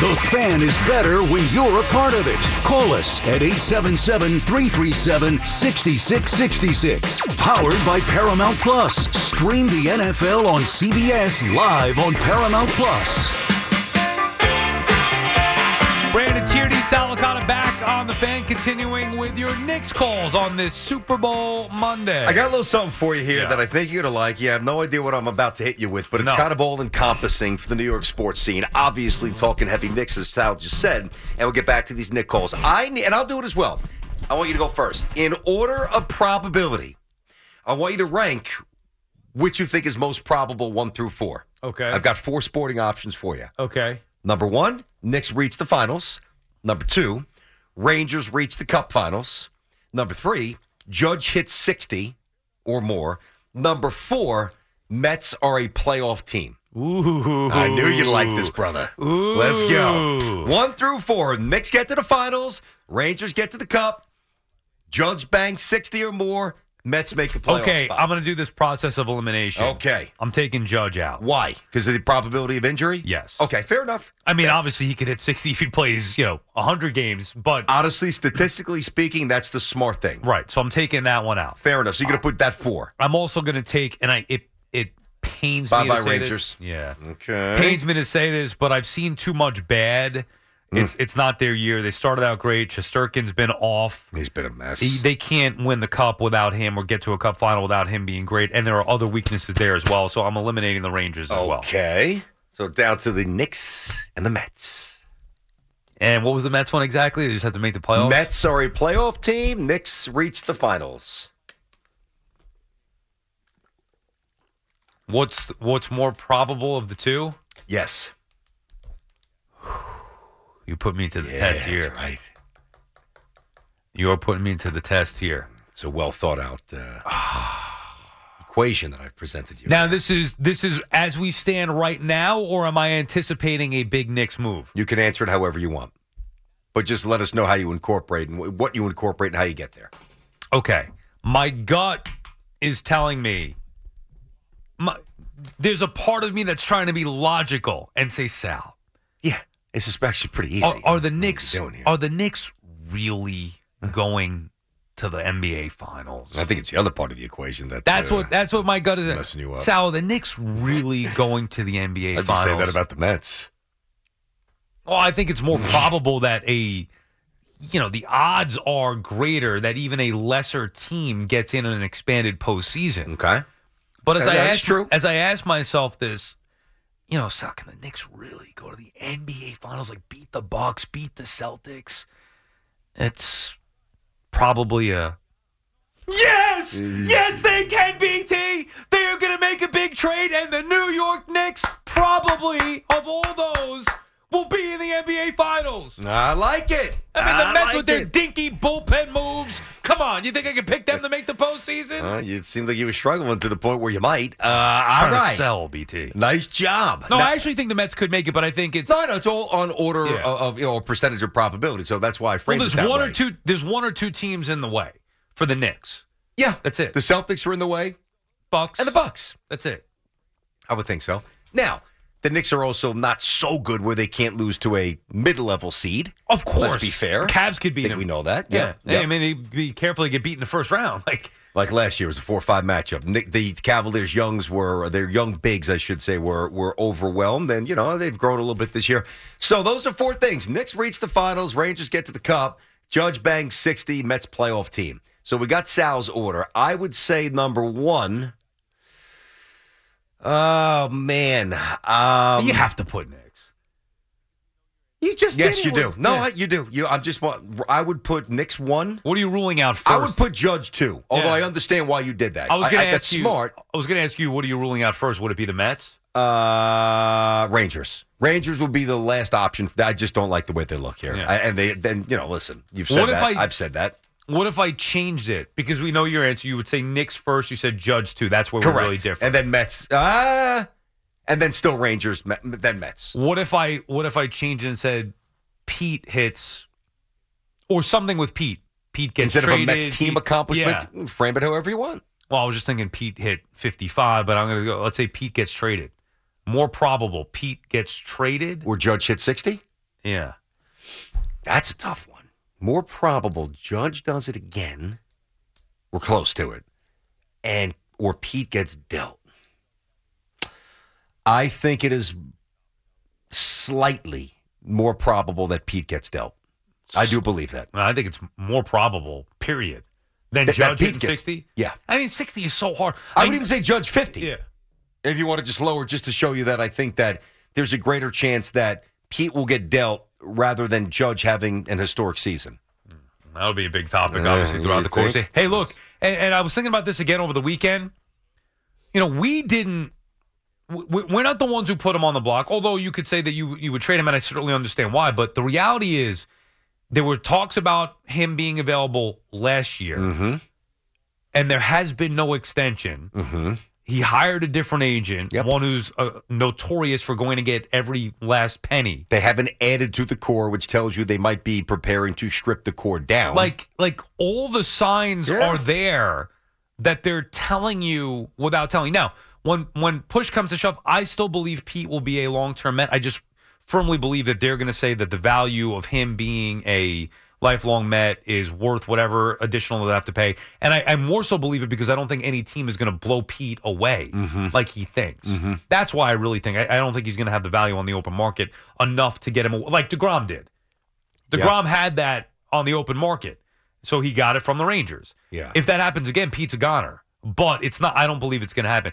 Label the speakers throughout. Speaker 1: The fan is better when you're a part of it. Call us at 877 337 6666. Powered by Paramount Plus. Stream the NFL on CBS live on Paramount Plus.
Speaker 2: Brandon Tierney, Sal Licata back on the fan, continuing with your Knicks calls on this Super Bowl Monday.
Speaker 3: I got a little something for you here
Speaker 2: Yeah.
Speaker 3: that I think you're going to like. You have no idea what I'm about to hit you with, but it's
Speaker 2: No.
Speaker 3: kind of all encompassing for the New York sports scene. Obviously, talking heavy Knicks, as Sal just said, and we'll get back to these Nick calls. I need, and I'll do it as well. I want you to go first. In order of probability, I want you to rank which you think is most probable one through four.
Speaker 2: Okay.
Speaker 3: I've got four sporting options for you.
Speaker 2: okay.
Speaker 3: Number one, Knicks reach the finals. Number two, Rangers reach the cup finals. Number three, Judge hits 60 or more. Number four, Mets are a playoff team.
Speaker 2: Ooh.
Speaker 3: I knew you'd like this, brother. Let's go.
Speaker 2: Ooh.
Speaker 3: One through four. Knicks get to the finals. Rangers get to the cup. Judge bangs 60 or more. Mets make the playoff
Speaker 2: Okay,
Speaker 3: spot.
Speaker 2: I'm going to do this process of elimination.
Speaker 3: Okay.
Speaker 2: I'm taking Judge out.
Speaker 3: Why? Because of the probability of injury?
Speaker 2: Yes.
Speaker 3: Okay, fair enough.
Speaker 2: I mean, obviously, he could hit 60 if he plays, you know, 100 games, but.
Speaker 3: Honestly, statistically speaking, that's the smart thing.
Speaker 2: right. So I'm taking that one out.
Speaker 3: Fair enough. So you're going to put that four.
Speaker 2: I'm also going to take, and I it it pains me.
Speaker 3: Bye-bye,
Speaker 2: to say this.
Speaker 3: Rangers.
Speaker 2: Yeah,
Speaker 3: Okay.
Speaker 2: pains me to say this, but I've seen too much bad.
Speaker 3: Mm.
Speaker 2: It's it's not their year. They started out great. Chesterkin's been off.
Speaker 3: He's been a mess.
Speaker 2: He- They can't win the cup without him or get to a cup final without him being great. And there are other weaknesses there as well. So I'm eliminating the Rangers as well.
Speaker 3: okay. So down to the Knicks and the Mets.
Speaker 2: And what was the Mets one exactly? They just have to make the playoffs.
Speaker 3: Mets are a playoff team. Knicks reach the finals.
Speaker 2: What's what's more probable of the two?
Speaker 3: Yes.
Speaker 2: You put me to the
Speaker 3: Yeah,
Speaker 2: test here.
Speaker 3: That's right.
Speaker 2: You're putting me to the test here.
Speaker 3: It's a well thought out uh, Ah. equation that I've presented you.
Speaker 2: Now this is this is as we stand right now, or am I anticipating a big Knicks move?
Speaker 3: you can answer it however you want, but just let us know how you incorporate and wh- what you incorporate and how you get there.
Speaker 2: Okay, my gut is telling me. My, there's a part of me that's trying to be logical and say, Sal,
Speaker 3: Yeah, it's just actually pretty easy.
Speaker 2: are, are the
Speaker 3: What
Speaker 2: Knicks
Speaker 3: you doing here? Uh-huh.
Speaker 2: are the Knicks really going to the NBA Finals?
Speaker 3: I think it's the other part of the equation that
Speaker 2: That's
Speaker 3: uh,
Speaker 2: what that's what my gut is.
Speaker 3: messing you up.
Speaker 2: Sal, are the Knicks really going to the NBA
Speaker 3: I'd just
Speaker 2: Finals?
Speaker 3: say that about the Mets.
Speaker 2: Well, I think it's more probable that a you know the odds are greater that even a lesser team gets in an expanded postseason.
Speaker 3: Okay.
Speaker 2: But as
Speaker 3: Yeah,
Speaker 2: I
Speaker 3: that's
Speaker 2: asked,
Speaker 3: true.
Speaker 2: as I asked myself this, you know, so can the Knicks really go to the NBA Finals? Like beat the Bucks, beat the Celtics. It's probably a yes, yes they can. BT, they are going to make a big trade, and the New York Knicks probably of all those will be in the NBA Finals.
Speaker 3: I like it.
Speaker 2: I mean, the Mets
Speaker 3: like
Speaker 2: with their
Speaker 3: it.
Speaker 2: dinky bullpen moves. Come on, you think I can pick them to make the postseason?
Speaker 3: Uh, you- it seemed like you were struggling to the point where you might. Uh, all
Speaker 2: Trying to
Speaker 3: right.
Speaker 2: sell BT.
Speaker 3: Nice job.
Speaker 2: No,
Speaker 3: Now-
Speaker 2: I actually think the Mets could make it, but I think it's
Speaker 3: no, no, it's all on order
Speaker 2: Yeah.
Speaker 3: of, of, you know percentage of probability. So that's why I
Speaker 2: well,
Speaker 3: framed
Speaker 2: there's
Speaker 3: it that
Speaker 2: one
Speaker 3: way.
Speaker 2: or two. There's one or two teams in the way for the Knicks,
Speaker 3: Yeah,
Speaker 2: That's it.
Speaker 3: The Celtics were in the way,
Speaker 2: Bucks,
Speaker 3: and the Bucks.
Speaker 2: That's it.
Speaker 3: I would think so. Now the Knicks are also not so good where they can't lose to a mid-level seed.
Speaker 2: Of course,
Speaker 3: be fair.
Speaker 2: The Cavs could beat
Speaker 3: Think
Speaker 2: them.
Speaker 3: we know that.
Speaker 2: Yeah,
Speaker 3: Yep,
Speaker 2: Hey,
Speaker 3: yep.
Speaker 2: I mean, they be careful to get beat in the first round. Like,
Speaker 3: Like last year, it was a four-five matchup. Nick, the Cavaliers' youngs were their young bigs, I should say, were were overwhelmed, and you know they've grown a little bit this year. So those are four things: Knicks reach the finals, Rangers get to the cup, Judge Bang 60 Mets playoff team. So we got Sal's order. I would say number one. Oh man. Um,
Speaker 2: you have to put Knicks.
Speaker 3: you just yes, you do. No, I, you do. You, I just want. I would put Knicks one.
Speaker 2: What are you ruling out first?
Speaker 3: I would put Judge two. Although
Speaker 2: Yeah.
Speaker 3: I understand why you did that.
Speaker 2: I was going to ask
Speaker 3: that's
Speaker 2: you.
Speaker 3: smart.
Speaker 2: I was going to ask you. What are you ruling out first? Would it be the Mets?
Speaker 3: Uh, Rangers. Rangers would be the last option. I just don't like the way they look here.
Speaker 2: Yeah.
Speaker 3: I- and they then you know listen. You've said
Speaker 2: What if
Speaker 3: that.
Speaker 2: I-
Speaker 3: I've said that.
Speaker 2: What if I changed it? Because we know your answer. You would say Knicks first. You said Judge two. That's where
Speaker 3: Correct.
Speaker 2: we're really different.
Speaker 3: And then Mets. Ah. and then still Rangers. Me- Then Mets.
Speaker 2: what if I? What if I changed it and said Pete hits, or something with Pete? Pete gets
Speaker 3: Instead
Speaker 2: traded,
Speaker 3: of a Mets team
Speaker 2: Pete-
Speaker 3: accomplishment,
Speaker 2: Yeah.
Speaker 3: frame it however you want.
Speaker 2: Well, I was just thinking Pete hit 55, but I'm going to go. Let's say Pete gets traded. More probable, Pete gets traded.
Speaker 3: Or Judge hit sixty.
Speaker 2: Yeah.
Speaker 3: That's a tough one. More probable Judge does it again. We're close to it. And or Pete gets dealt. I think it is slightly more probable that Pete gets dealt. I do believe that.
Speaker 2: Well, I think it's more probable, period, than
Speaker 3: That- that
Speaker 2: Judge
Speaker 3: Pete
Speaker 2: hitting
Speaker 3: gets-
Speaker 2: 60.
Speaker 3: yeah.
Speaker 2: I mean, 60 is so hard.
Speaker 3: I would even say Judge 50.
Speaker 2: Yeah.
Speaker 3: If you want to just lower just to show you that I think that there's a greater chance that Pete will get dealt rather than Judge having an historic season.
Speaker 2: That'll be a big topic,
Speaker 3: Yeah,
Speaker 2: obviously,
Speaker 3: you
Speaker 2: throughout the course.
Speaker 3: think?
Speaker 2: Hey, look, and, and I was thinking about this again over the weekend. You know, we didn't. w- w- We're not the ones who put him on the block, although you could say that you you would trade him, and I certainly understand why. But the reality is, there were talks about him being available last year,
Speaker 3: Mm.
Speaker 2: and there has been no extension.
Speaker 3: Mhm.
Speaker 2: He hired a different agent,
Speaker 3: Yep.
Speaker 2: one who's uh, notorious for going to get every last penny.
Speaker 3: They haven't added to the core, which tells you they might be preparing to strip the core down.
Speaker 2: Like like all the signs
Speaker 3: Yeah.
Speaker 2: are there that they're telling you without telling. Now, when when push comes to shove, I still believe Pete will be a long term Met. I just firmly believe that they're going to say that the value of him being a lifelong Met is worth whatever additional they have to pay. And I, I more so believe it because I don't think any team is going to blow Pete away
Speaker 3: Mm-hmm.
Speaker 2: like he thinks. That's why I really think I, I don't think he's going to have the value on the open market enough to get him aw- like Degrom did.
Speaker 3: Yeah.
Speaker 2: DeGrom had that on the open market. So he got it from the Rangers.
Speaker 3: Yeah.
Speaker 2: If that happens again, Pete's a goner. But it's not I don't believe it's gonna happen.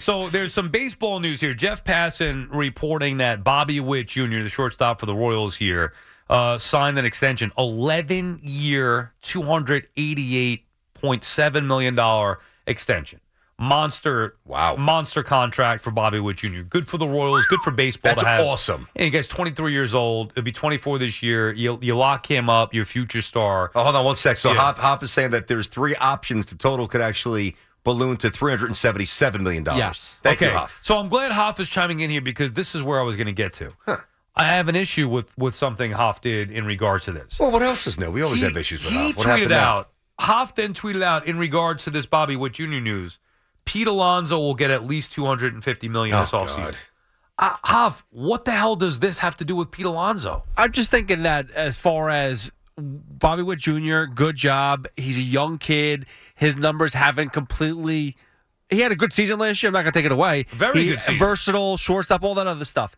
Speaker 2: So there's some baseball news here. Jeff Passan reporting that Bobby Witt Jr., the shortstop for the Royals here, uh, signed an extension, 11 year, $288.7 million extension. Monster,
Speaker 3: Wow.
Speaker 2: monster contract for Bobby Witt Jr. Good for the Royals. Good for baseball.
Speaker 3: That's
Speaker 2: to have.
Speaker 3: awesome.
Speaker 2: And he guy's 23 years old. He'll be 24 this year. You, you lock him up, your future star.
Speaker 3: Oh, hold on one sec. So
Speaker 2: Yeah.
Speaker 3: Hoff, Hoff is saying that there's three options. The total could actually balloon to three hundred and seventy-seven million dollars. Thank
Speaker 2: okay.
Speaker 3: you, Hoff.
Speaker 2: So I'm glad Hoff is chiming in here because this is where I was going to get to. I have an issue with with something Hoff did in regards to this.
Speaker 3: Well, what else is new? We always
Speaker 2: he,
Speaker 3: have issues with
Speaker 2: he
Speaker 3: Hoff. What
Speaker 2: tweeted
Speaker 3: happened now?
Speaker 2: out. Hoff then tweeted out in regards to this Bobby Witt Jr. news. Pete Alonso will get at least 250 million this
Speaker 3: Oh,
Speaker 2: offseason.
Speaker 3: God.
Speaker 2: Uh, Hoff, what the hell does this have to do with Pete Alonso?
Speaker 4: I'm just thinking that as far as Bobby Witt Jr., good job. He's a young kid. His numbers haven't completely. He had a good season last year. I'm not going to take it away.
Speaker 2: Very
Speaker 4: He-
Speaker 2: good season.
Speaker 4: Versatile, shortstop, all that other stuff.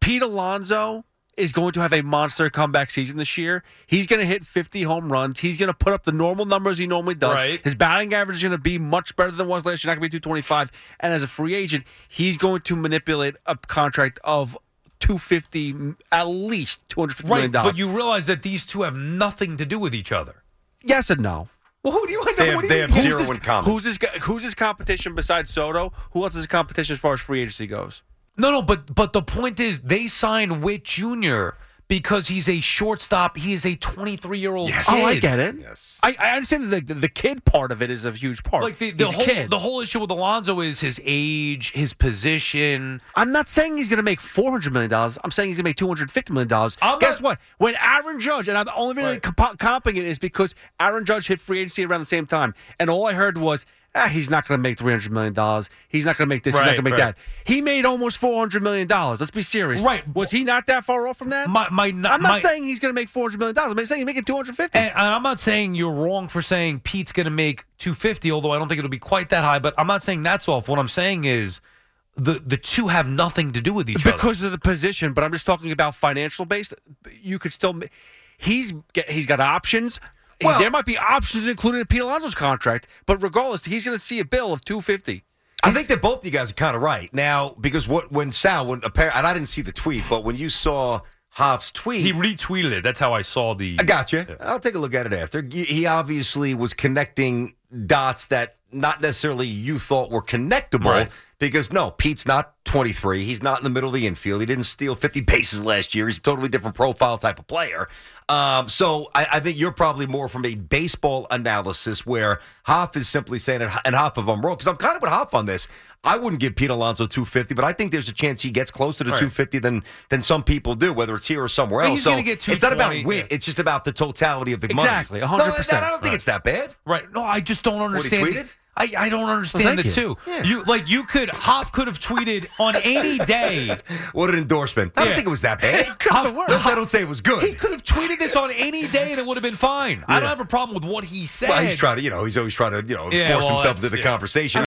Speaker 4: Pete Alonso is going to have a monster comeback season this year. He's going to hit 50 home runs. He's going to put up the normal numbers he normally does.
Speaker 2: Right.
Speaker 4: His batting average is going to be much better than it was last year. Not going to be 225. And as a free agent, he's going to manipulate a contract of 250, m- at least 250
Speaker 2: Right,
Speaker 4: million dollars.
Speaker 2: but you realize that these two have nothing to do with each other.
Speaker 4: yes and no.
Speaker 2: Well, who do you like?
Speaker 3: They have-
Speaker 2: what do
Speaker 3: they
Speaker 2: you
Speaker 3: have
Speaker 2: mean?
Speaker 3: zero
Speaker 4: his,
Speaker 3: in common.
Speaker 4: Who's his, guy- who's his competition besides Soto? Who else is his competition as far as free agency goes?
Speaker 2: No, no, but but the point is they signed Witt Jr. because he's a shortstop. He is a 23 year old.
Speaker 4: Oh, I get it.
Speaker 3: Yes.
Speaker 4: I, I understand that the, the kid part of it is a huge part.
Speaker 2: Like the, the
Speaker 4: He's a
Speaker 2: whole
Speaker 4: kid.
Speaker 2: the whole issue with Alonzo is his age, his position.
Speaker 4: I'm not saying he's going to make four hundred million dollars. I'm saying he's going to make two hundred fifty million dollars.
Speaker 2: I'm
Speaker 4: Guess
Speaker 2: not-
Speaker 4: what? When Aaron Judge and I'm only really
Speaker 2: Right.
Speaker 4: comp- comping it is because Aaron Judge hit free agency around the same time, and all I heard was, "Ah, he's not going to make three hundred million dollars. He's not going to make this. he's
Speaker 2: Right,
Speaker 4: not going to make
Speaker 2: right.
Speaker 4: that." He made almost four hundred million dollars. Let's be serious.
Speaker 2: Right.
Speaker 4: Was he not that far off from that?
Speaker 2: My my I'm
Speaker 4: I'm not
Speaker 2: my,
Speaker 4: saying he's going to make four hundred million dollars. I'm saying he's making two hundred fifty.
Speaker 2: And, and I'm not saying you're wrong for saying Pete's going to make 250, although I don't think it'll be quite that high. But I'm not saying that's off. What I'm saying is the the two have nothing to do with each other.
Speaker 4: because of the position. But I'm just talking about financial based. You could still. ma- He's get- he's got options. He-
Speaker 3: Well-
Speaker 4: there might be options included in Pete Alonso's contract, but regardless, he's going to see a bill of two fifty.
Speaker 3: I think that both of you guys are kind of right now because what when Sal when apparently and I didn't see the tweet, but when you saw Hoff's tweet,
Speaker 2: he retweeted it. That's how I saw the.
Speaker 3: I got you. I'll take a look at it after. Y- He obviously was connecting dots that not necessarily you thought were connectable
Speaker 2: Right.
Speaker 3: because no, Pete's not 23. He's not in the middle of the infield. He didn't steal 50 bases last year. He's a totally different profile type of player. Um, so I, I think you're probably more from a baseball analysis where Hoff is simply saying, it, and Hoff, if I'm wrong, because I'm kind of with Hoff on this. I wouldn't give Pete Alonso 250, but I think there's a chance he gets closer to
Speaker 2: Right.
Speaker 3: 250 than than some people do, whether it's here or somewhere
Speaker 2: But
Speaker 3: else.
Speaker 2: he's
Speaker 3: so
Speaker 2: gonna get
Speaker 3: it's not about
Speaker 2: 220,
Speaker 3: wit.
Speaker 2: yeah.
Speaker 3: It's just about the totality of the money.
Speaker 4: Exactly,
Speaker 3: No,
Speaker 4: 100%,
Speaker 3: I don't think
Speaker 4: right.
Speaker 3: it's that bad.
Speaker 2: Right. No, I just don't
Speaker 3: What, he
Speaker 2: understand.
Speaker 3: tweeted?
Speaker 2: I, I don't understand
Speaker 4: Well,
Speaker 2: the
Speaker 4: thank
Speaker 2: two.
Speaker 3: Yeah.
Speaker 2: You like you could Hoff could have tweeted on any day.
Speaker 3: What an endorsement. I don't
Speaker 2: Yeah.
Speaker 3: think it was that bad.
Speaker 2: Hoff-
Speaker 3: Those I don't say it was good.
Speaker 2: He could have tweeted this on any day and it would have been fine. I don't have a problem with what he said.
Speaker 3: well, he's trying to, you know, he's always trying to, you know,
Speaker 2: Yeah,
Speaker 3: force
Speaker 2: well,
Speaker 3: himself
Speaker 2: that's-
Speaker 3: into the
Speaker 2: yeah.
Speaker 3: conversation.